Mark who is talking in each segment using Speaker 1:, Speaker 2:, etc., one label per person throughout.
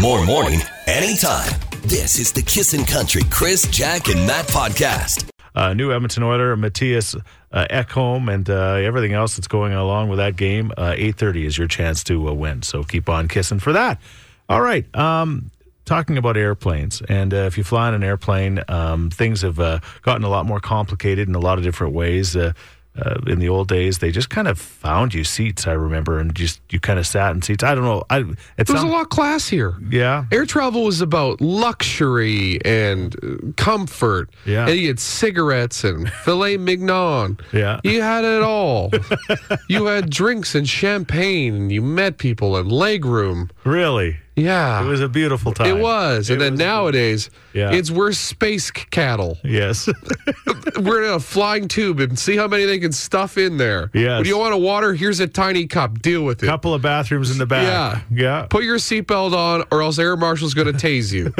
Speaker 1: More morning, anytime. This is the Kissin' Country Chris, Jack, and Matt podcast.
Speaker 2: uh, new Edmonton Oiler Matthias uh, Ekholm and uh, everything else that's going along with that game. Uh, Eight thirty is your chance to uh, win, so keep on kissing for that. All right. Um, talking about airplanes, and uh, if you fly on an airplane, um, things have uh, gotten a lot more complicated in a lot of different ways. Uh, uh, in the old days, they just kind of found you seats. I remember, and just you kind of sat in seats. I don't know. I it
Speaker 3: It was
Speaker 2: sound-
Speaker 3: a lot classier.
Speaker 2: Yeah,
Speaker 3: Air travel was about luxury and uh, comfort.
Speaker 2: Yeah.
Speaker 3: And you had cigarettes and filet mignon.
Speaker 2: Yeah.
Speaker 3: You had it all. you had drinks and champagne and you met people and legroom.
Speaker 2: really.
Speaker 3: Yeah.
Speaker 2: It was a beautiful time.
Speaker 3: It was. and then nowadays,
Speaker 2: Yeah.
Speaker 3: it's we're space c- cattle.
Speaker 2: Yes.
Speaker 3: we're in a flying tube and see how many they can stuff in there.
Speaker 2: Yes.
Speaker 3: Do you want a water? Here's a tiny cup. Deal with it.
Speaker 2: Couple of bathrooms in the back.
Speaker 3: Yeah.
Speaker 2: Yeah.
Speaker 3: Put your seatbelt on, or else Air Marshal's going to tase you.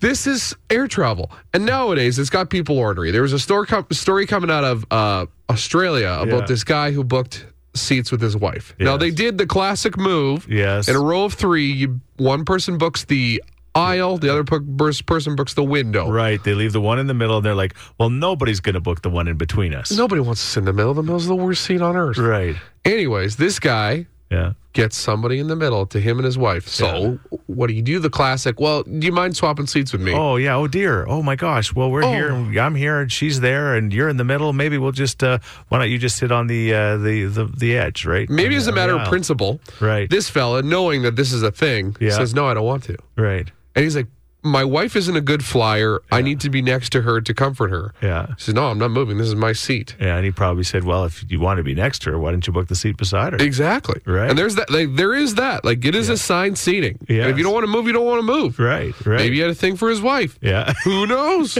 Speaker 3: this is air travel, and nowadays it's got people ornery. There was a store com- story coming out of uh, Australia about
Speaker 2: Yeah.
Speaker 3: this guy who booked seats with his wife. Now
Speaker 2: Yes.
Speaker 3: they did the classic move.
Speaker 2: Yes.
Speaker 3: In a row of three, you, one person books the aisle, the other per- person books the window.
Speaker 2: Right. They leave the one in the middle and they're like, well, nobody's going to book the one in between us.
Speaker 3: Nobody wants us in the middle. The middle's the worst seat on earth.
Speaker 2: Right.
Speaker 3: Anyways, this guy
Speaker 2: Yeah.
Speaker 3: gets somebody in the middle to him and his wife. So what do you do? The classic. Well, do you mind swapping seats with me?
Speaker 2: Oh, yeah. Oh, dear. Oh, my gosh. Well, we're
Speaker 3: Oh.
Speaker 2: here. And I'm here and she's there and you're in the middle. Maybe we'll just, uh, why don't you just sit on the, uh, the, the, the edge, right?
Speaker 3: Maybe as a matter of
Speaker 2: Yeah.
Speaker 3: principle,
Speaker 2: Right.
Speaker 3: this fella, knowing that this is a thing,
Speaker 2: Yeah.
Speaker 3: says, "No, I don't want to."
Speaker 2: right.
Speaker 3: And he's like, "My wife isn't a good flyer. I need to be next to her to comfort her."
Speaker 2: Yeah.
Speaker 3: She says, "No, I'm not moving. This is my seat."
Speaker 2: Yeah. And he probably said, well, if you want to be next to her, why didn't you book the seat beside her?
Speaker 3: Exactly.
Speaker 2: Right.
Speaker 3: And there's that. Like, there is that. Like it is assigned seating. And
Speaker 2: Yes.
Speaker 3: if you don't want to move, you don't want to move.
Speaker 2: right. Right.
Speaker 3: Maybe he had a thing for his wife.
Speaker 2: Yeah.
Speaker 3: Who knows?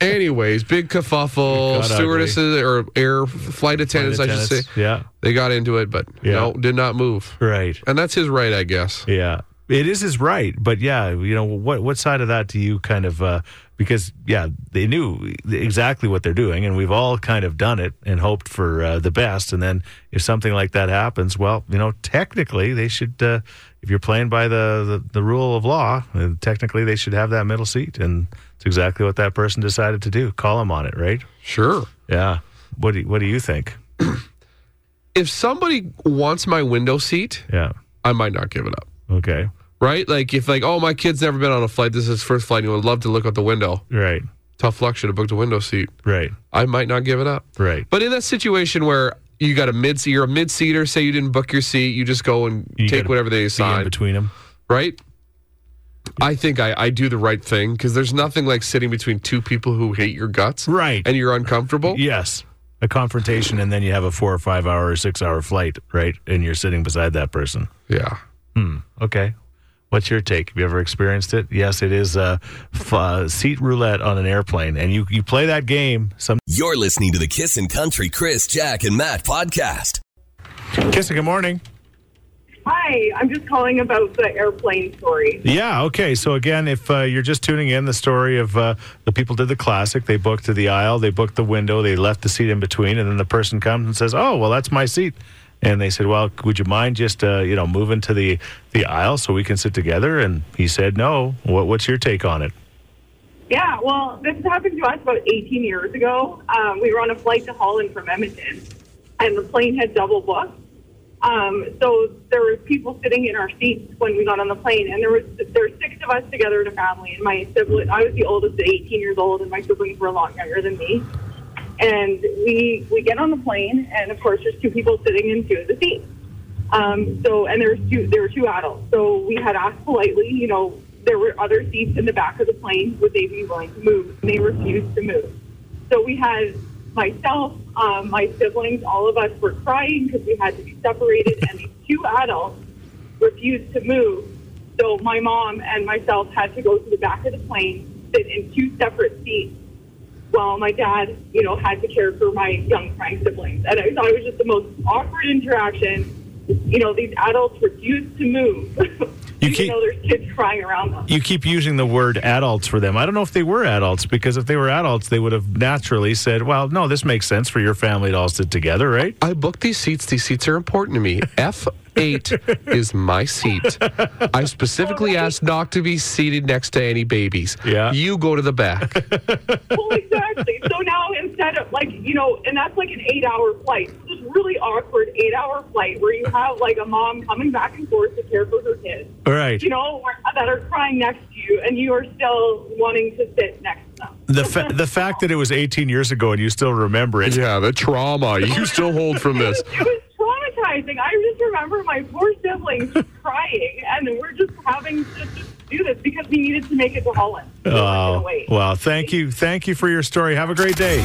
Speaker 3: Anyways, big kerfuffle.
Speaker 2: It got
Speaker 3: Stewardesses or air flight attendants, I
Speaker 2: Tennis.
Speaker 3: should say,
Speaker 2: Yeah.
Speaker 3: they got into it, but
Speaker 2: Yeah.
Speaker 3: no, did not move.
Speaker 2: Right.
Speaker 3: And that's his right, I guess.
Speaker 2: Yeah, it is his right, but yeah, you know what? What side of that do you kind of? Uh, because yeah, they knew exactly what they're doing, and we've all kind of done it and hoped for uh, the best. And then if something like that happens, well, you know, technically they should. Uh, if you're playing by the, the the rule of law, then technically they should have that middle seat, and it's exactly what that person decided to do. Call him on it, right?
Speaker 3: Sure.
Speaker 2: Yeah. What do you, What do you think?
Speaker 3: If somebody wants my window seat,
Speaker 2: Yeah.
Speaker 3: I might not give it up.
Speaker 2: Okay.
Speaker 3: Right? Like if like, oh, my kid's never been on a flight. This is his first flight. And he would love to look out the window.
Speaker 2: Right.
Speaker 3: Tough luck. Should have booked a window seat.
Speaker 2: Right.
Speaker 3: I might not give it up.
Speaker 2: Right.
Speaker 3: But in that situation where you got a mid, you're a mid seater. Say you didn't book your seat. You just go and
Speaker 2: You
Speaker 3: take
Speaker 2: gotta
Speaker 3: whatever they
Speaker 2: Be in
Speaker 3: assign.
Speaker 2: between them.
Speaker 3: right? I think I, I do the right thing because there's nothing like sitting between two people who hate your guts,
Speaker 2: Right.
Speaker 3: And you're uncomfortable.
Speaker 2: Yes. A confrontation, and then you have a four or five hour or six hour flight, right? And you're sitting beside that person.
Speaker 3: Yeah.
Speaker 2: Okay. What's your take? Have you ever experienced it? Yes, it is uh, f- uh, seat roulette on an airplane, and you, you play that game. Some
Speaker 1: You're listening to the Kissin' Country Chris, Jack, and Matt podcast.
Speaker 2: kissing. Good morning.
Speaker 4: Hi, I'm just calling about the airplane story.
Speaker 2: Yeah. Okay. So again, if uh, you're just tuning in, the story of uh, the people did the classic. They booked the aisle, they booked the window, they left the seat in between, and then the person comes and says, "Oh, well, that's my seat." And they said, "Well, would you mind just uh, you know moving to the the aisle so we can sit together?" And he said, "No." What, what's your take on it?
Speaker 4: Yeah, well, this happened to us about 18 years ago. Um, we were on a flight to Holland from Edmonton, and the plane had double booked. Um, so there were people sitting in our seats when we got on the plane, and there was there were six of us together in a family. And my sibling, I was the oldest at 18 years old, and my siblings were a lot younger than me. And we we get on the plane, and of course, there's two people sitting in two of the seats. Um, so, and there was two, there were two adults. So we had asked politely, you know, there were other seats in the back of the plane. Would they be willing to move? And they refused to move. So we had myself, um, my siblings, all of us were crying because we had to be separated, and these two adults refused to move. So my mom and myself had to go to the back of the plane, sit in two separate seats while my dad, you know, had to care for my young crying siblings. And I thought it was just the most awkward interaction. you know, these adults refuse to move.
Speaker 2: You
Speaker 4: even
Speaker 2: keep-
Speaker 4: though there's kids crying around them.
Speaker 2: You keep using the word adults for them. I don't know if they were adults because if they were adults, they would have naturally said, well, no, this makes sense for your family to all sit together, right?
Speaker 3: I booked these seats. These seats are important to me. F8 is my seat. I specifically asked not to be seated next to any babies.
Speaker 2: Yeah.
Speaker 3: You go to the back.
Speaker 4: well, exactly. So now instead of like you know, and that's like an eight-hour flight, this really awkward eight-hour flight where you have like a mom coming back and forth to care for her kids,
Speaker 2: Right.
Speaker 4: you know, where- that are crying next to you, and you are still wanting to sit next to them.
Speaker 2: The, fa- the fact that it was 18 years ago and you still remember it.
Speaker 3: yeah, the trauma you still hold from this.
Speaker 4: It was traumatizing. I just remember my poor siblings crying, and we're just having to just do this because we needed to make it to Holland. We weren't gonna
Speaker 2: Oh, Wow.
Speaker 4: wait.
Speaker 2: Wow. Thank you. Thank you for your story. Have a great day.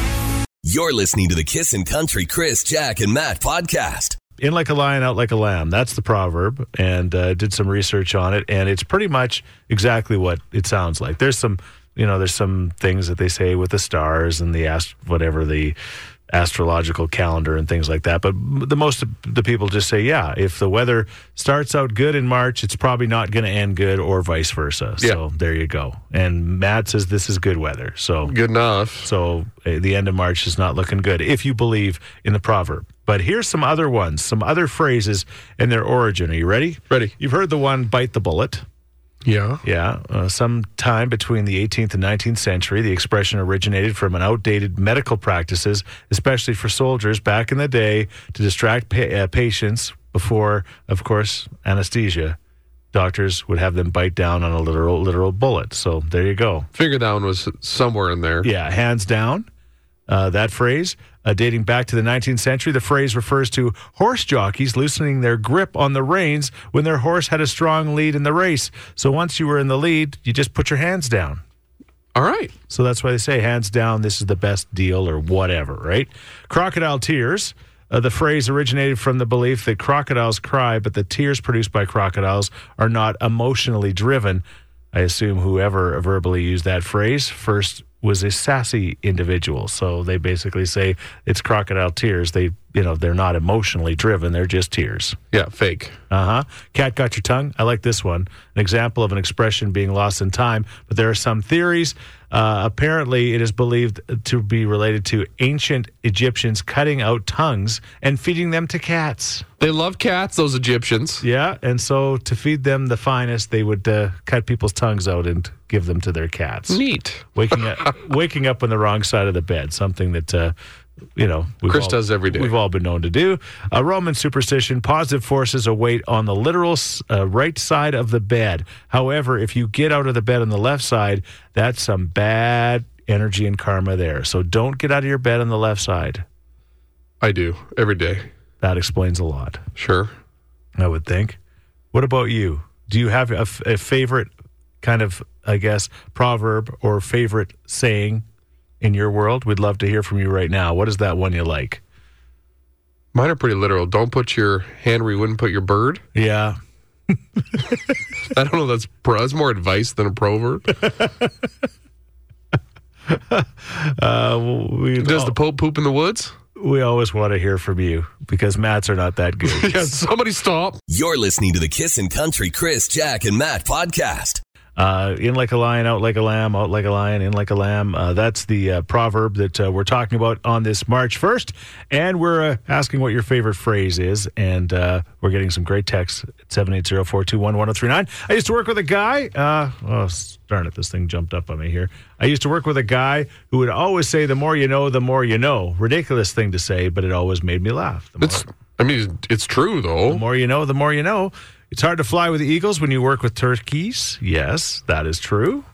Speaker 1: You're listening to the Kissin' Country Chris, Jack, and Matt podcast.
Speaker 2: in like a lion, out like a lamb. That's the proverb, and uh, did some research on it, and it's pretty much exactly what it sounds like. There's some, you know, there's some things that they say with the stars and the ast- whatever the astrological calendar and things like that. But m- the most of the people just say, yeah, if the weather starts out good in March, it's probably not going to end good, or vice versa. So there you go. And Matt says this is good weather. So
Speaker 3: Good enough.
Speaker 2: so uh, the end of March is not looking good if you believe in the proverb. But here's some other ones, some other phrases and their origin. Are you ready?
Speaker 3: Ready.
Speaker 2: You've heard the one bite the bullet.
Speaker 3: Yeah.
Speaker 2: Yeah. Uh, sometime between the 18th and 19th century, the expression originated from an outdated medical practices, especially for soldiers back in the day, to distract pa- uh, patients before, of course, anesthesia. Doctors would have them bite down on a literal literal bullet. So there you go.
Speaker 3: Figure that one was somewhere in there.
Speaker 2: Yeah, hands down. Uh, that phrase, uh, dating back to the 19th century, the phrase refers to horse jockeys loosening their grip on the reins when their horse had a strong lead in the race. So once you were in the lead, you just put your hands down.
Speaker 3: All right.
Speaker 2: So that's why they say hands down, this is the best deal or whatever, right? Crocodile tears. Uh, the phrase originated from the belief that crocodiles cry, but the tears produced by crocodiles are not emotionally driven. I assume whoever verbally used that phrase first was a sassy individual. So they basically say it's crocodile tears. They, you know, they're not emotionally driven, they're just tears.
Speaker 3: Yeah, fake.
Speaker 2: Uh huh. Cat got your tongue. I like this one. An example of an expression being lost in time, but there are some theories. Uh, apparently, it is believed to be related to ancient Egyptians cutting out tongues and feeding them to cats.
Speaker 3: They love cats, those Egyptians.
Speaker 2: Yeah, and so to feed them the finest, they would uh, cut people's tongues out and give them to their cats.
Speaker 3: Neat.
Speaker 2: Waking up, waking up on the wrong side of the bed, something that. Uh, you know, we've
Speaker 3: Chris
Speaker 2: all-
Speaker 3: does every day.
Speaker 2: We've all been known to do. A Roman superstition: positive forces await on the literal s- uh, right side of the bed. However, if you get out of the bed on the left side, that's some bad energy and karma there. So don't get out of your bed on the left side.
Speaker 3: I do every day.
Speaker 2: That explains a lot,
Speaker 3: Sure.
Speaker 2: I would think. What about you? Do you have a, f- a favorite kind of, I guess, proverb or favorite saying in your world? We'd love to hear from you right now. What is that one you like?
Speaker 3: Mine are pretty literal. Don't put your hand where you wouldn't put your bird.
Speaker 2: Yeah.
Speaker 3: I don't know. That's pro- that's more advice than a proverb.
Speaker 2: Uh, we,
Speaker 3: Does the Pope poop in the woods?
Speaker 2: we always want to hear from you because mats are not that good.
Speaker 3: Yeah, somebody stop.
Speaker 1: You're listening to the Kissin' Country Chris, Jack, and Matt podcast.
Speaker 2: uh, in like a lion, out like a lamb, out like a lion, in like a lamb. Uh, that's the uh, proverb that uh, we're talking about on this March 1st. And we're uh, asking what your favorite phrase is. And uh, we're getting some great texts at 780 421 1039. I used to work with a guy. Uh, oh, s- darn it, this thing jumped up on me here. I used to work with a guy who would always say, The more you know, the more you know. Ridiculous thing to say, but it always made me laugh. The more-
Speaker 3: It's. I mean, it's true
Speaker 2: The
Speaker 3: though.
Speaker 2: more you know, the more you know. It's hard to fly with eagles when you work with turkeys. Yes, that is true.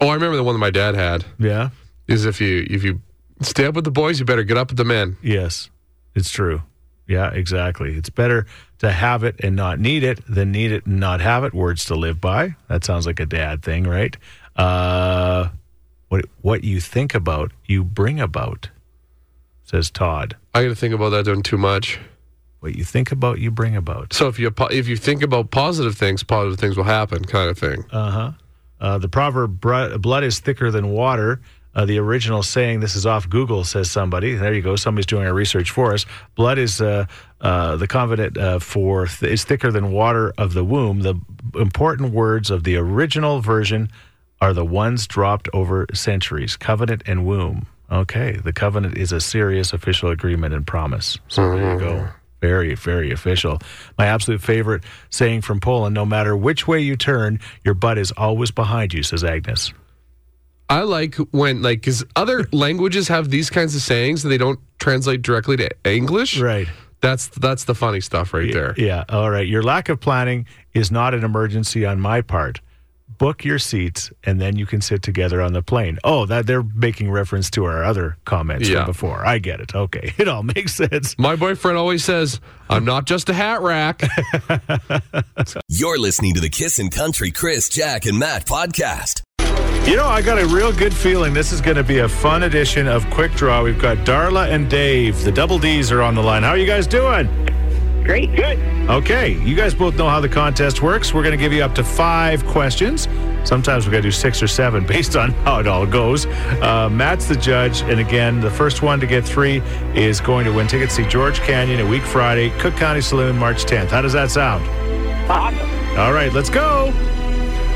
Speaker 3: Oh, I remember the one that my dad had.
Speaker 2: Yeah.
Speaker 3: Is if you if you stay up with the boys, you better get up with the men.
Speaker 2: Yes, it's true. Yeah, exactly. It's better to have it and not need it than need it and not have it. Words to live by. That sounds like a dad thing, right? Uh, what what you think about, you bring about. Says Todd.
Speaker 3: I got to think about that doing too much.
Speaker 2: What you think about, you bring about.
Speaker 3: So if you po- if you think about positive things, positive things will happen, kind of thing.
Speaker 2: Uh-huh. Uh The proverb "Bru- "blood is thicker than water" Uh, the original saying, this is off Google, says somebody. There you go. Somebody's doing our research for us. Blood is uh, uh, the covenant uh, for th- is thicker than water of the womb. The important words of the original version are the ones dropped over centuries. Covenant and womb. Okay, the covenant is a serious official agreement and promise. So there you go. Very, very official. My absolute favorite saying from Poland: "No matter which way you turn, your butt is always behind you," says Agnes.
Speaker 3: I like when like because other languages have these kinds of sayings and they don't translate directly to English.
Speaker 2: Right.
Speaker 3: That's that's the funny stuff right there.
Speaker 2: Yeah. All right. Your lack of planning is not an emergency on my part. Book your seats, and then you can sit together on the plane. Oh, that they're making reference to our other comments
Speaker 3: Yeah.
Speaker 2: from before. I get it. Okay, it all makes sense.
Speaker 3: My boyfriend always says, "I'm not just a hat rack."
Speaker 1: You're listening to the Kissin' Country Chris, Jack, and Matt podcast.
Speaker 2: You know, I got a real good feeling this is going to be a fun edition of Quick Draw. We've got Darla and Dave. The double D's are on the line. How are you guys doing?
Speaker 5: Great. Good.
Speaker 2: Okay, you guys both know how the contest works. We're going to give you up to five questions. Sometimes we're going to do six or seven based on how it all goes. Uh, Matt's the judge. And again, the first one to get three is going to win tickets to see George Canyon a week Friday, Cook County Saloon, March 10th. How does that sound?
Speaker 5: Awesome.
Speaker 2: All right, let's go.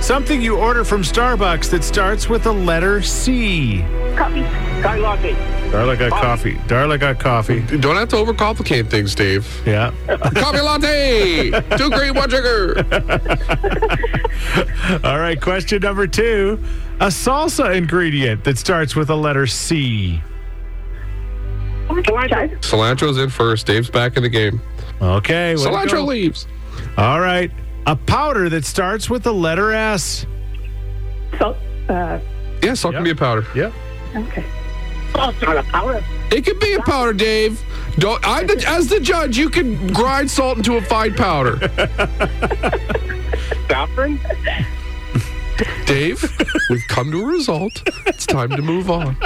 Speaker 2: Something you order from Starbucks that starts with the letter C.
Speaker 5: Copy. Sky latte.
Speaker 2: Darla got coffee. Darla got coffee.
Speaker 3: You don't have to overcomplicate things, Dave.
Speaker 2: Yeah.
Speaker 3: Coffee latte, two green, one sugar.
Speaker 2: All right, question number two. A salsa ingredient that starts with a letter C.
Speaker 5: Cilantro.
Speaker 3: Cilantro's in first. Dave's back in the game.
Speaker 2: Okay. way to
Speaker 3: Cilantro
Speaker 2: go.
Speaker 3: leaves.
Speaker 2: All right. A powder that starts with the letter S.
Speaker 5: Salt. Uh,
Speaker 3: Yeah, salt
Speaker 2: Yeah.
Speaker 3: can be a powder.
Speaker 2: Yep.
Speaker 5: okay. Salt on a powder.
Speaker 3: It can be a powder, Dave. Don't. I, the, as the judge, you can grind salt into a fine powder.
Speaker 5: Saffron.
Speaker 3: Dave, we've come to a result. It's time to move on.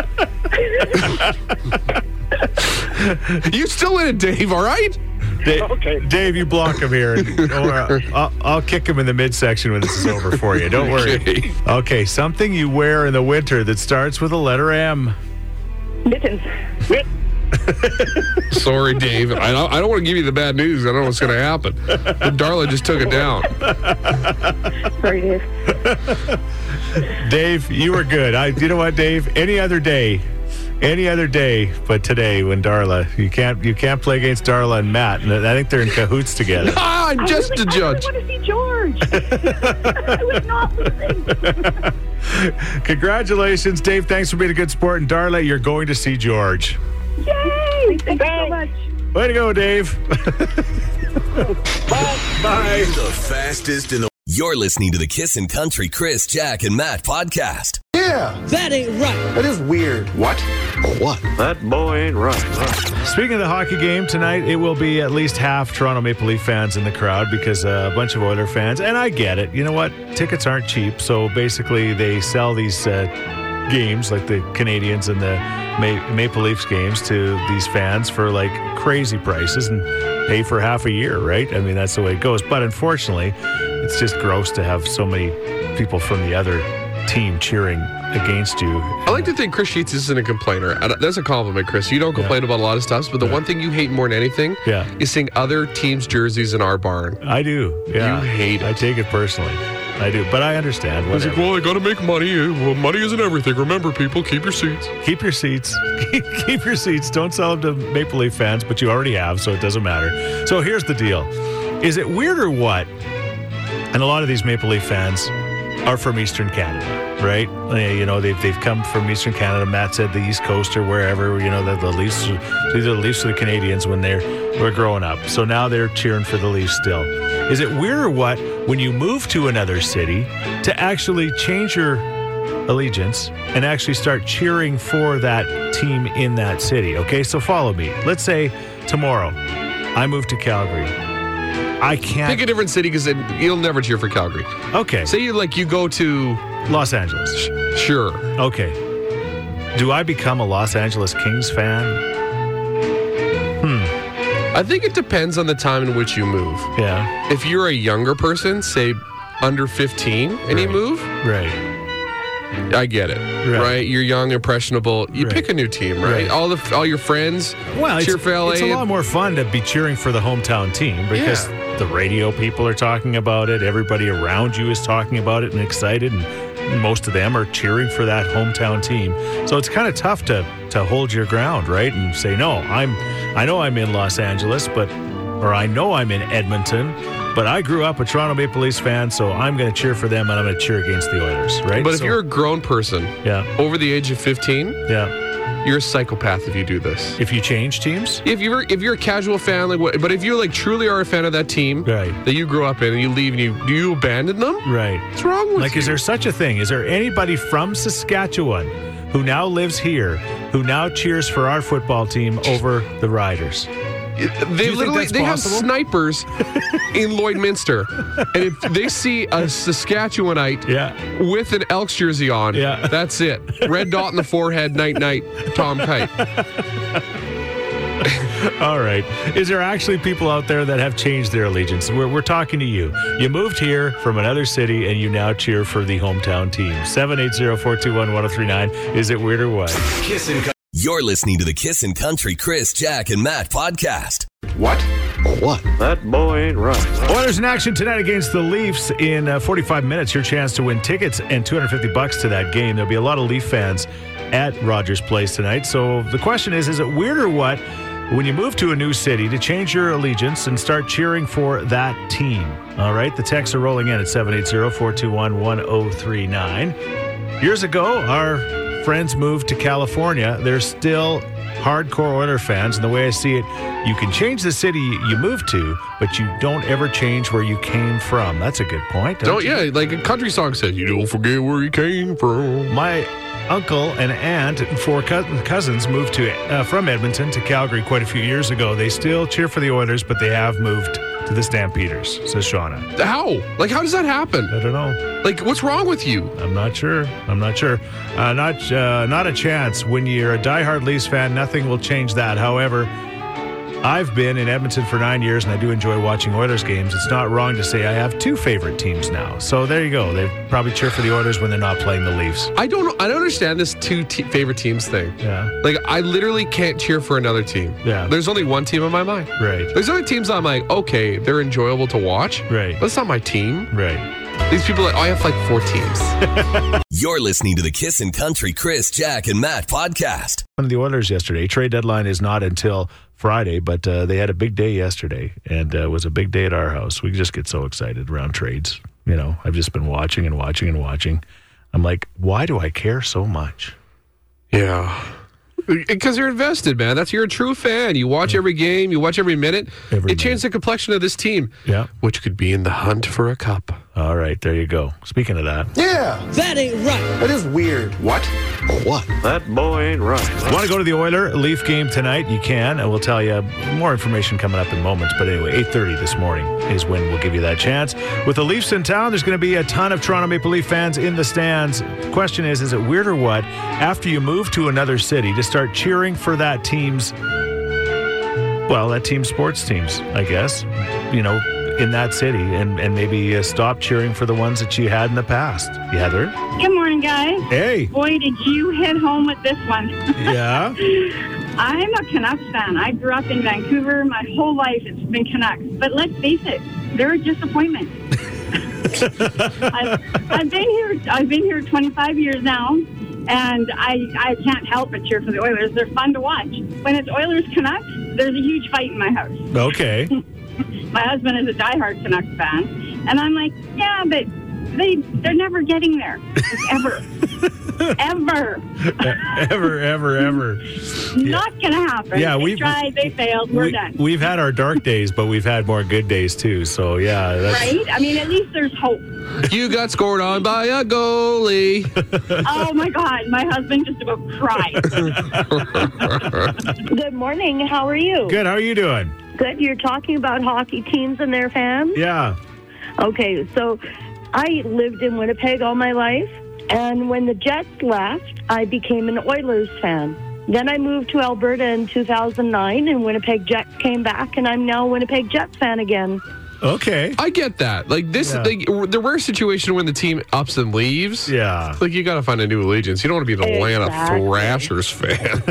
Speaker 3: you still in it, Dave? All right.
Speaker 2: Da-
Speaker 5: Okay.
Speaker 2: Dave, you block him here. And, or uh, I'll, I'll kick him in the midsection when this is over for you. Don't worry.
Speaker 3: Okay.
Speaker 2: Okay, something you wear in the winter that starts with a letter M.
Speaker 5: Mittens. Mitt.
Speaker 3: Sorry, Dave. I don't, I don't want to give you the bad news. I don't know what's going to happen. But Darla just took it down.
Speaker 5: Sorry, Dave.
Speaker 2: Dave, you were good. I, you know what, Dave? Any other day, any other day, but today when Darla, you can't, you can't play against Darla and Matt. And I think they're in cahoots together.
Speaker 3: Ah, I'm just
Speaker 5: I
Speaker 3: the
Speaker 5: really,
Speaker 3: judge.
Speaker 5: I really want to see George. I was not losing.
Speaker 2: Congratulations, Dave. Thanks for being a good sport. And Darla, you're going to see George.
Speaker 5: Yay! Thank you so much.
Speaker 2: Way to go, Dave. Bye.
Speaker 1: The fastest in the. You're listening to the Kissin' Country Chris, Jack, and Matt podcast.
Speaker 6: That is weird. What? What?
Speaker 2: Speaking of the hockey game tonight, it will be at least half Toronto Maple Leaf fans in the crowd because uh, a bunch of Oiler fans, and I get it. You know what? Tickets aren't cheap, so basically they sell these uh, games, like the Canadians and the Ma- Maple Leafs games, to these fans for like crazy prices and pay for half a year, right? I mean, that's the way it goes. But unfortunately, it's just gross to have so many people from the other team cheering against you.
Speaker 3: I like to think Chris Sheets isn't a complainer. I don't- That's a compliment, Chris. You don't complain about a lot of stuff, but the one thing you hate more than anything
Speaker 2: Yeah.
Speaker 3: is seeing other teams' jerseys in our barn.
Speaker 2: I do. Yeah.
Speaker 3: You hate
Speaker 2: I
Speaker 3: it.
Speaker 2: take it personally. I do, but I understand.
Speaker 3: He's like,
Speaker 2: Whatever.
Speaker 3: well, I got to make money. Uh, Well, money isn't everything. Remember, people, keep your seats.
Speaker 2: Keep your seats. Keep, keep your seats. Don't sell them to Maple Leaf fans, but you already have, so it doesn't matter. So here's the deal: Is it weird or what? And a lot of these Maple Leaf fans are from Eastern Canada, right? They- You know, they've, they've come from Eastern Canada. Matt said the East Coast or wherever. You know, the, the Leafs, these are the Leafs or the Canadians when they're were growing up. So now they're cheering for the Leafs still. Is it weird or what when you move to another city to actually change your allegiance and actually start cheering for that team in that city. Okay, so follow me. Let's say tomorrow I move to Calgary. I
Speaker 3: Pick a
Speaker 2: can't.
Speaker 3: different city because you'll never cheer for Calgary.
Speaker 2: Okay,
Speaker 3: Say you like you go to
Speaker 2: Los Angeles.
Speaker 3: sure.
Speaker 2: Okay. Do I become a Los Angeles Kings fan?
Speaker 3: I think it depends on the time in which you move.
Speaker 2: Yeah,
Speaker 3: If you're a younger person, say under 15, and you
Speaker 2: Right.
Speaker 3: move,
Speaker 2: right.
Speaker 3: I get it.
Speaker 2: Right.
Speaker 3: Right. You're young, impressionable. You
Speaker 2: Right.
Speaker 3: pick a new team, right?
Speaker 2: Right.
Speaker 3: All the all your friends
Speaker 2: Well, it's,
Speaker 3: cheer for LA.
Speaker 2: it's a lot more fun to be cheering for the hometown team because the radio people are talking about it. Everybody around you is talking about it and excited, and most of them are cheering for that hometown team. So it's kind of tough to to hold your ground, right, and say no. I'm I know I'm in Los Angeles, but or I know I'm in Edmonton. But I grew up a Toronto Maple Leafs fan, so I'm going to cheer for them and I'm going to cheer against the Oilers, right?
Speaker 3: but if
Speaker 2: So-
Speaker 3: you're a grown person
Speaker 2: yeah,
Speaker 3: over the age of 15,
Speaker 2: yeah,
Speaker 3: you're a psychopath if you do this.
Speaker 2: if you change teams,
Speaker 3: If you're if you're a casual fan, like what? But if you like truly are a fan of that team
Speaker 2: Right.
Speaker 3: that you grew up in, and you leave and you do you abandon them?
Speaker 2: right?
Speaker 3: What's wrong with
Speaker 2: Like,
Speaker 3: you?
Speaker 2: is there such a thing? Is there anybody from Saskatchewan who now lives here who now cheers for our football team over the Riders?
Speaker 3: They
Speaker 2: think
Speaker 3: literally
Speaker 2: that's
Speaker 3: they
Speaker 2: possible?
Speaker 3: have snipers in Lloydminster, and if they see a Saskatchewanite
Speaker 2: Yeah.
Speaker 3: with an Elks jersey on,
Speaker 2: Yeah.
Speaker 3: that's it. Red dot in the forehead, night night, Tom Kite.
Speaker 2: All right. Is there actually people out there that have changed their allegiance? We're, we're talking to you. You moved here from another city and you now cheer for the hometown team. 780 421 1039. Is it weird or what?
Speaker 1: Kissin' You're listening to the Kissin' Country Chris, Jack, and Matt podcast.
Speaker 6: What? What?
Speaker 7: That boy ain't right.
Speaker 2: Oilers in action tonight against the Leafs in uh, 45 minutes. Your chance to win tickets and 250 bucks to that game. There'll be a lot of Leaf fans at Rogers Place tonight. So the question is: Is it weird or what when you move to a new city to change your allegiance and start cheering for that team? All right, the texts are rolling in at 780-421-1039. Years ago, our friends moved to California. They're still hardcore Oiler fans, and the way I see it, you can change the city you move to, but you don't ever change where you came from. That's a good point. don't
Speaker 3: Don't Oh, yeah, like a country song says, you don't forget where you came from.
Speaker 2: my uncle and aunt and four cou- cousins moved to uh, from Edmonton to Calgary quite a few years ago. They still cheer for the Oilers, but they have moved to the Stampeders. Says Shauna.
Speaker 3: How? Like how does that happen?
Speaker 2: I don't know.
Speaker 3: Like what's wrong with you?
Speaker 2: I'm not sure. I'm not sure. Uh, not uh, not a chance. When you're a diehard Leafs fan, nothing will change that. However. I've been in Edmonton for nine years and I do enjoy watching Oilers games. It's not wrong to say I have two favorite teams now. So there you go. They probably cheer for the Oilers when they're not playing the Leafs.
Speaker 3: I don't I don't understand this two te- favorite teams thing.
Speaker 2: Yeah.
Speaker 3: Like I literally can't cheer for another team.
Speaker 2: Yeah.
Speaker 3: There's only one team in my mind.
Speaker 2: Right.
Speaker 3: There's other teams I'm like, okay, they're enjoyable to watch.
Speaker 2: Right.
Speaker 3: But it's not my team.
Speaker 2: Right.
Speaker 3: These people, like, oh, I have like four teams.
Speaker 1: You're listening to the Kissin' Country Chris, Jack, and Matt podcast.
Speaker 2: on the Oilers yesterday. Trade deadline is not until Friday, but uh, they had a big day yesterday, and uh, it was a big day at our house. We just get so excited around trades. You know, I've just been watching and watching and watching. I'm like, why do I care so much?
Speaker 3: yeah. Because you're invested, man. That's you're a true fan. You watch every game. You watch every minute.
Speaker 2: Every
Speaker 3: it changed the complexion of this team.
Speaker 2: Yeah.
Speaker 3: Which could be in the hunt for a cup.
Speaker 2: All right, there you go. Speaking of that,
Speaker 6: Yeah,
Speaker 8: That ain't right.
Speaker 6: that is weird. What? What?
Speaker 7: That boy ain't right.
Speaker 2: want to go to the Oiler Leaf game tonight? You can, and we'll tell you more information coming up in moments. But anyway, 8:30 this morning is when we'll give you that chance. With the Leafs in town, there's going to be a ton of Toronto Maple Leaf fans in the stands. The question is, is it weird or what? After you move to another city to start cheering for that team's, well, that team's sports teams, I guess, you know, in that city, and and maybe uh, stop cheering for the ones that you had in the past. Heather,
Speaker 5: Good morning, guys.
Speaker 2: hey,
Speaker 5: Boy, did you hit home with this one.
Speaker 2: yeah,
Speaker 5: I'm a Canucks fan. I grew up in Vancouver. My whole life it's been Canucks. But let's face it, they're a disappointment. I've, I've been here. I've been here 25 years now, and I I can't help but cheer for the Oilers. They're fun to watch. When it's Oilers Canucks, there's a huge fight in my house.
Speaker 2: okay,
Speaker 5: my husband is a diehard Canucks fan, and I'm like, yeah, but they they're never getting there, ever, ever.
Speaker 2: ever, ever, ever.
Speaker 5: Not gonna happen.
Speaker 2: Yeah,
Speaker 5: they
Speaker 2: we-
Speaker 5: tried, they failed, we're
Speaker 2: we,
Speaker 5: done.
Speaker 2: We've had our dark days, but we've had more good days too. So yeah, that's
Speaker 5: Right? I mean, at least there's hope.
Speaker 3: you got scored on by a goalie.
Speaker 5: Oh my God, my husband just about cried.
Speaker 9: Good morning. How are you?
Speaker 2: good. How are you doing?
Speaker 9: Good. You're talking about hockey teams and their fans?
Speaker 2: Yeah,
Speaker 9: Okay, so I lived in Winnipeg all my life, and when the Jets left, I became an Oilers fan. Then I moved to Alberta in 2009, and Winnipeg Jets came back, and I'm now a Winnipeg Jets fan again.
Speaker 2: Okay.
Speaker 3: I get that. Like this,
Speaker 2: Yeah.
Speaker 3: like, the rare situation when the team ups and leaves.
Speaker 2: Yeah.
Speaker 3: It's Like you got to find a new allegiance. You don't want to be an Atlanta
Speaker 9: Exactly.
Speaker 3: Thrashers fan.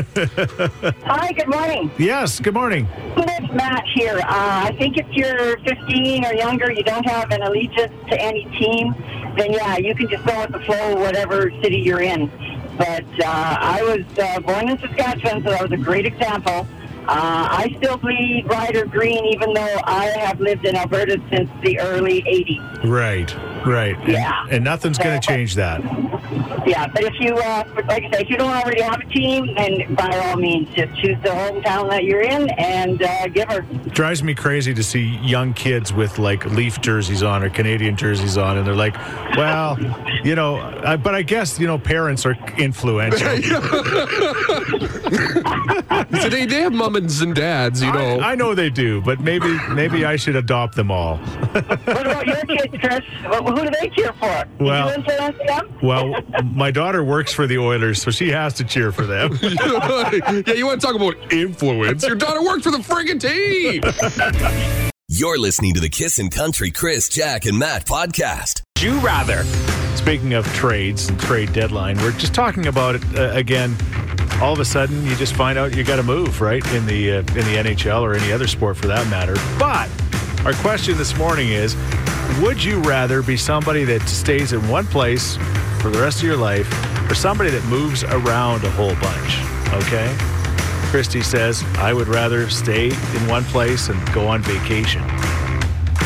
Speaker 8: Hi, good morning.
Speaker 2: Yes. Good morning.
Speaker 8: It's Matt here. Uh, I think if you're 15 or younger, you don't have an allegiance to any team, then yeah, you can just go with the flow, whatever city you're in. But uh, I was uh, born in Saskatchewan, so that was a great example. Uh, I still bleed Ryder Green, even though I have lived in Alberta since the early 80s.
Speaker 2: Right. Right. And-
Speaker 8: Yeah.
Speaker 2: And, nothing's going to change that.
Speaker 8: Yeah, but if you, uh, like I said, if you don't already have a team, then by all means, just choose the hometown that you're in and uh, give her.
Speaker 2: Drives me crazy to see young kids with like Leaf jerseys on or Canadian jerseys on, and they're like, "Well, you know," I, but I guess you know parents are influential.
Speaker 3: Today they have mums and dads. You know.
Speaker 2: I, I know they do, but maybe maybe I should adopt them all.
Speaker 8: What about your kids, Chris? Wh- Who do they cheer for? Did
Speaker 2: Well-
Speaker 8: you influence them?
Speaker 2: Well, my daughter works for the Oilers, so she has to cheer for them.
Speaker 3: yeah, you want to talk about influence? Your daughter worked for the friggin' team.
Speaker 1: You're listening to the Kissin' Country Chris, Jack, and Matt podcast.
Speaker 10: You rather.
Speaker 2: Speaking of trades and trade deadline, we're just talking about it uh, again. All of a sudden, you just find out you got to move, right? In the uh, in the NHL or any other sport for that matter. But our question this morning is: Would you rather be somebody that stays in one place for the rest of your life, or somebody that moves around a whole bunch? Okay. Christy says, "I would rather stay in one place and go on vacation."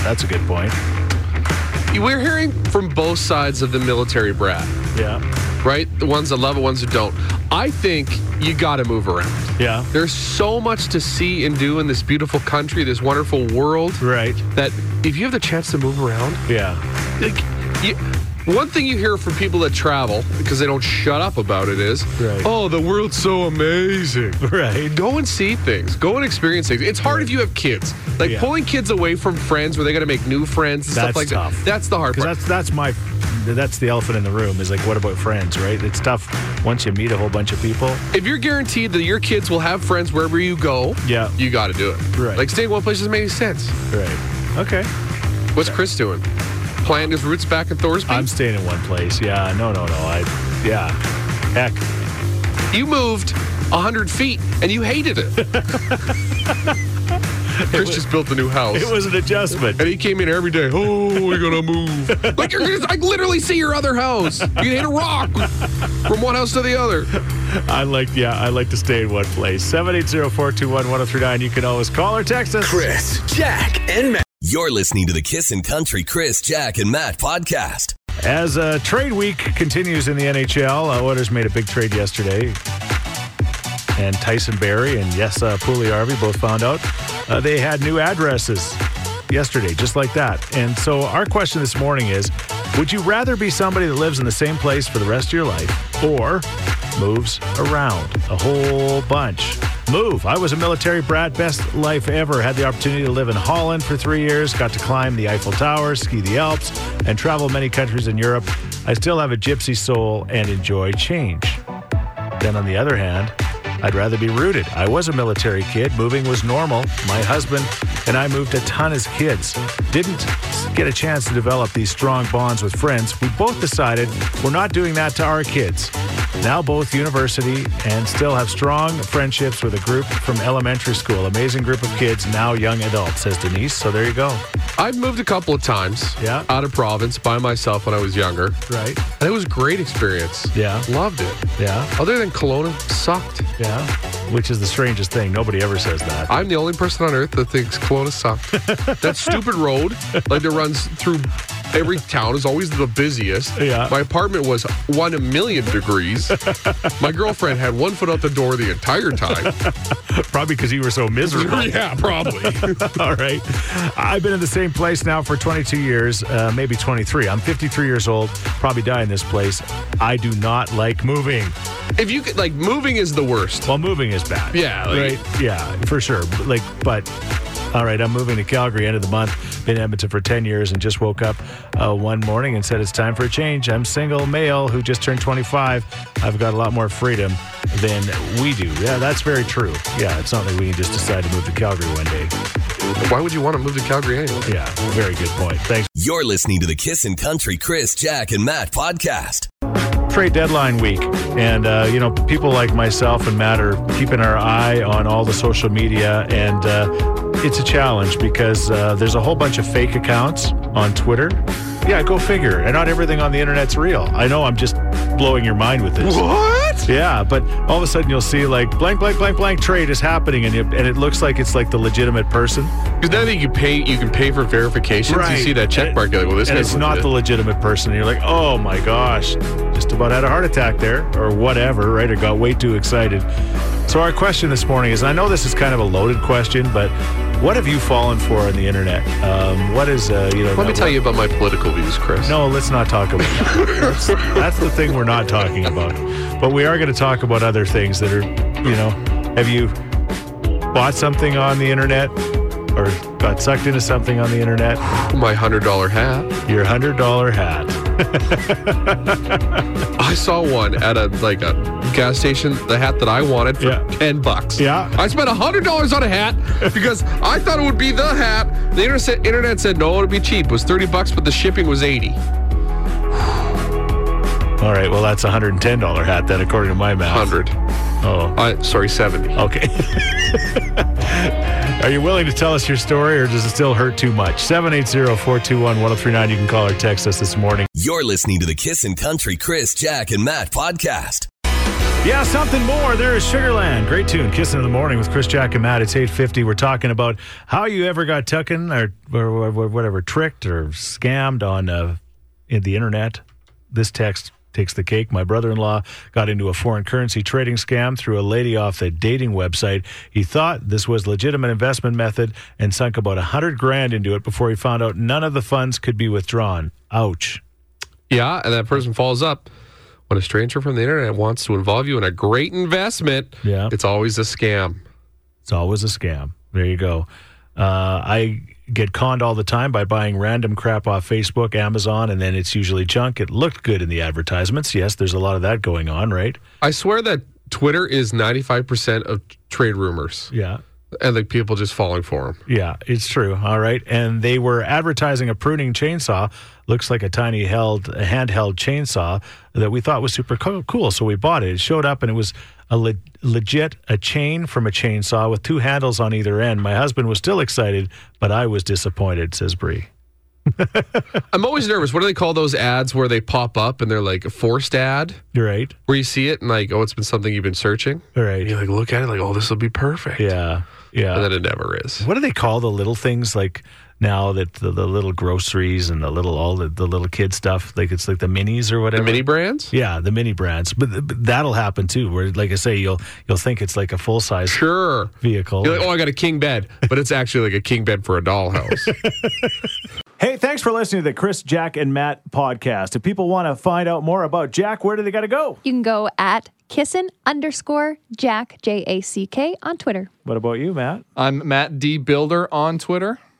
Speaker 2: That's a good point.
Speaker 3: We're hearing from both sides of the military brat,
Speaker 2: Yeah.
Speaker 3: right? The ones that love it, ones that don't. I think you got to move around.
Speaker 2: Yeah.
Speaker 3: There's so much to see and do in this beautiful country, this wonderful world,
Speaker 2: Right.
Speaker 3: that if you have the chance to move around,
Speaker 2: Yeah.
Speaker 3: like, you, one thing you hear from people that travel because they don't shut up about it is,
Speaker 2: Right.
Speaker 3: oh, the world's so amazing.
Speaker 2: Right.
Speaker 3: Go and see things. Go and experience things. It's hard if you have kids. Like
Speaker 2: Yeah.
Speaker 3: pulling kids away from friends where they got to make new friends and
Speaker 2: That's
Speaker 3: stuff like
Speaker 2: tough.
Speaker 3: that. That's the hard
Speaker 2: Because
Speaker 3: part.
Speaker 2: that's that's my that's the elephant in the room is like what about friends, right? It's tough once you meet a whole bunch of people.
Speaker 3: if you're guaranteed that your kids will have friends wherever you go,
Speaker 2: Yeah.
Speaker 3: you got to do it.
Speaker 2: Right.
Speaker 3: Like staying one place doesn't make any sense.
Speaker 2: Right. Okay.
Speaker 3: What's Chris doing? Planting his roots back in Thorsby.
Speaker 2: I'm staying in one place. Yeah. No. No. No. I. Yeah. Heck.
Speaker 3: you moved hundred feet and you hated it. Chris just built a new house.
Speaker 2: It was an adjustment.
Speaker 3: and he came in every day. Oh, we're gonna move. like you're gonna, I literally see your other house. You hit a rock from one house to the other.
Speaker 2: I like. Yeah. I like to stay in one place. Seven eight zero four two one one zero three nine. You can always call or text us.
Speaker 10: Chris, Jack, and Matt.
Speaker 1: You're listening to the Kissin' Country Chris, Jack, and Matt podcast.
Speaker 2: As uh, trade week continues in the NHL, uh, Oilers made a big trade yesterday. And Tyson Berry and yes, uh, Puliarvi both found out uh, they had new addresses yesterday, just like that. And so our question this morning is, would you rather be somebody that lives in the same place for the rest of your life or moves around a whole bunch? Move. I was a military brat, best life ever. Had the opportunity to live in Holland for three years, got to climb the Eiffel Tower, ski the Alps, and travel many countries in Europe. I still have a gypsy soul and enjoy change. Then, on the other hand, I'd rather be rooted. I was a military kid. Moving was normal. My husband and I moved a ton as kids. Didn't get a chance to develop these strong bonds with friends. We both decided we're not doing that to our kids. Now, both university and still have strong friendships with a group from elementary school. Amazing group of kids, now young adults, says Denise. So there you go.
Speaker 3: I've moved a couple of times.
Speaker 2: Yeah.
Speaker 3: Out of province by myself when I was younger.
Speaker 2: Right.
Speaker 3: And it was a great experience.
Speaker 2: Yeah.
Speaker 3: Loved it.
Speaker 2: Yeah.
Speaker 3: Other than Kelowna, sucked.
Speaker 2: Yeah. Which is the strangest thing. Nobody ever says that.
Speaker 3: I'm the only person on earth that thinks Kelowna sucked. that stupid road, like that runs through every town, is always the busiest.
Speaker 2: Yeah.
Speaker 3: My apartment was one million degrees. My girlfriend had one foot out the door the entire time.
Speaker 2: Probably because you were so miserable.
Speaker 3: yeah, probably.
Speaker 2: All right. I've been in the same place now for 22 years, uh, maybe 23. I'm 53 years old, probably die in this place. I do not like moving.
Speaker 3: if you could, like, moving is the worst.
Speaker 2: Well, moving is bad.
Speaker 3: Yeah, like-
Speaker 2: right. Yeah, for sure. Like, but. All right, I'm moving to Calgary end of the month. Been in Edmonton for 10 years and just woke up uh, one morning and said it's time for a change. I'm single male who just turned 25. I've got a lot more freedom than we do. Yeah, that's very true. Yeah, it's not like we can just decide to move to Calgary one day.
Speaker 3: Why would you want to move to Calgary anyway?
Speaker 2: Yeah, very good point. Thanks.
Speaker 1: You're listening to the Kissin' Country Chris, Jack, and Matt podcast.
Speaker 2: Trade deadline week, and uh, you know, people like myself and Matt are keeping our eye on all the social media, and uh, it's a challenge because uh, there's a whole bunch of fake accounts on Twitter. Yeah, go figure. And not everything on the internet's real. I know I'm just blowing your mind with this.
Speaker 3: What?
Speaker 2: Yeah, but all of a sudden you'll see like blank, blank, blank, blank trade is happening, and it, and it looks like it's like the legitimate person.
Speaker 3: Because now that you pay, you can pay for verifications. You see that check
Speaker 2: And-
Speaker 3: mark. You're like, well, this
Speaker 2: and
Speaker 3: guy's
Speaker 2: it's not the
Speaker 3: legit.
Speaker 2: legitimate person. And you're like, oh my gosh, just about had a heart attack there, or whatever, right? Or got way too excited. So our question this morning is: and I know this is kind of a loaded question, but what have you fallen for on the internet? Um, what is uh, you know?
Speaker 3: Let me
Speaker 2: what-
Speaker 3: tell you about my political views, Chris.
Speaker 2: No, let's not talk about that. That's, that's the thing we're not talking about. But we are going to talk about other things that are, you know, have you bought something on the internet or got sucked into something on the internet?
Speaker 3: my hundred dollar hat.
Speaker 2: Your $100 hat.
Speaker 3: I saw one at a like a gas station. The hat that I wanted for
Speaker 2: Yeah.
Speaker 3: ten bucks.
Speaker 2: Yeah.
Speaker 3: I spent hundred dollars on a hat because I thought it would be the hat. The internet said, internet said no, it'd be cheap. It was thirty bucks, but the shipping was eighty.
Speaker 2: All right. Well, that's a hundred and ten dollar hat then, according to my math.
Speaker 3: Hundred.
Speaker 2: Oh,
Speaker 3: I sorry, seventy.
Speaker 2: okay. Are you willing to tell us your story, or does it still hurt too much? 780-421-1039. You can call or text us this morning.
Speaker 1: You're listening to the Kissin' Country Chris, Jack, and Matt podcast.
Speaker 2: Yeah, something more. There is Sugarland. Great tune. Kissing in the morning with Chris Jack and Matt. It's 850. We're talking about how you ever got tucking or, or, or whatever, tricked or scammed on uh, in the internet. This text takes the cake. My brother-in-law got into a foreign currency trading scam through a lady off a dating website. He thought this was legitimate investment method and sunk about a hundred grand into it before he found out none of the funds could be withdrawn. Ouch.
Speaker 3: Yeah, and that person follows up. When a stranger from the internet wants to involve you in a great investment,
Speaker 2: Yeah.
Speaker 3: it's always a scam.
Speaker 2: It's always a scam. There you go. Uh, I get conned all the time by buying random crap off Facebook, Amazon, and then it's usually junk. It looked good in the advertisements. Yes, there's a lot of that going on, right?
Speaker 3: I swear that Twitter is ninety five percent of trade rumors,
Speaker 2: Yeah.
Speaker 3: and like people just falling for them.
Speaker 2: Yeah, it's true. All right. And they were advertising a pruning chainsaw. Looks like a tiny held a handheld chainsaw that we thought was super co- cool. So we bought it. It showed up and it was a le- legit a chain from a chainsaw with two handles on either end. My husband was still excited, but I was disappointed, says Bree.
Speaker 3: I'm always nervous. What do they call those ads where they pop up and they're like a forced ad,
Speaker 2: You're right.
Speaker 3: where you see it and like, oh, it's been something you've been searching,
Speaker 2: All
Speaker 3: and
Speaker 2: right.
Speaker 3: you like look at it like, oh, this will be perfect,
Speaker 2: Yeah.
Speaker 3: and
Speaker 2: Yeah.
Speaker 3: then it never is.
Speaker 2: What do they call the little things like now that the, the little groceries and the little all the, the little kid stuff like it's like the minis or
Speaker 3: The
Speaker 2: whatever.
Speaker 3: mini brands,
Speaker 2: yeah, the mini brands. But, th- but that'll happen too where like I say you'll you'll think it's like a full-size
Speaker 3: sure.
Speaker 2: vehicle.
Speaker 3: You're like, oh, I got a king bed, but it's actually like a king bed for a dollhouse.
Speaker 2: Hey, thanks for listening to the Chris Jack and Matt podcast. If people want to find out more about Jack, where do they got to go?
Speaker 11: You can go at kissin underscore Jack, J A C K, on Twitter.
Speaker 2: What about you, Matt?
Speaker 12: I'm Matt D Builder on Twitter.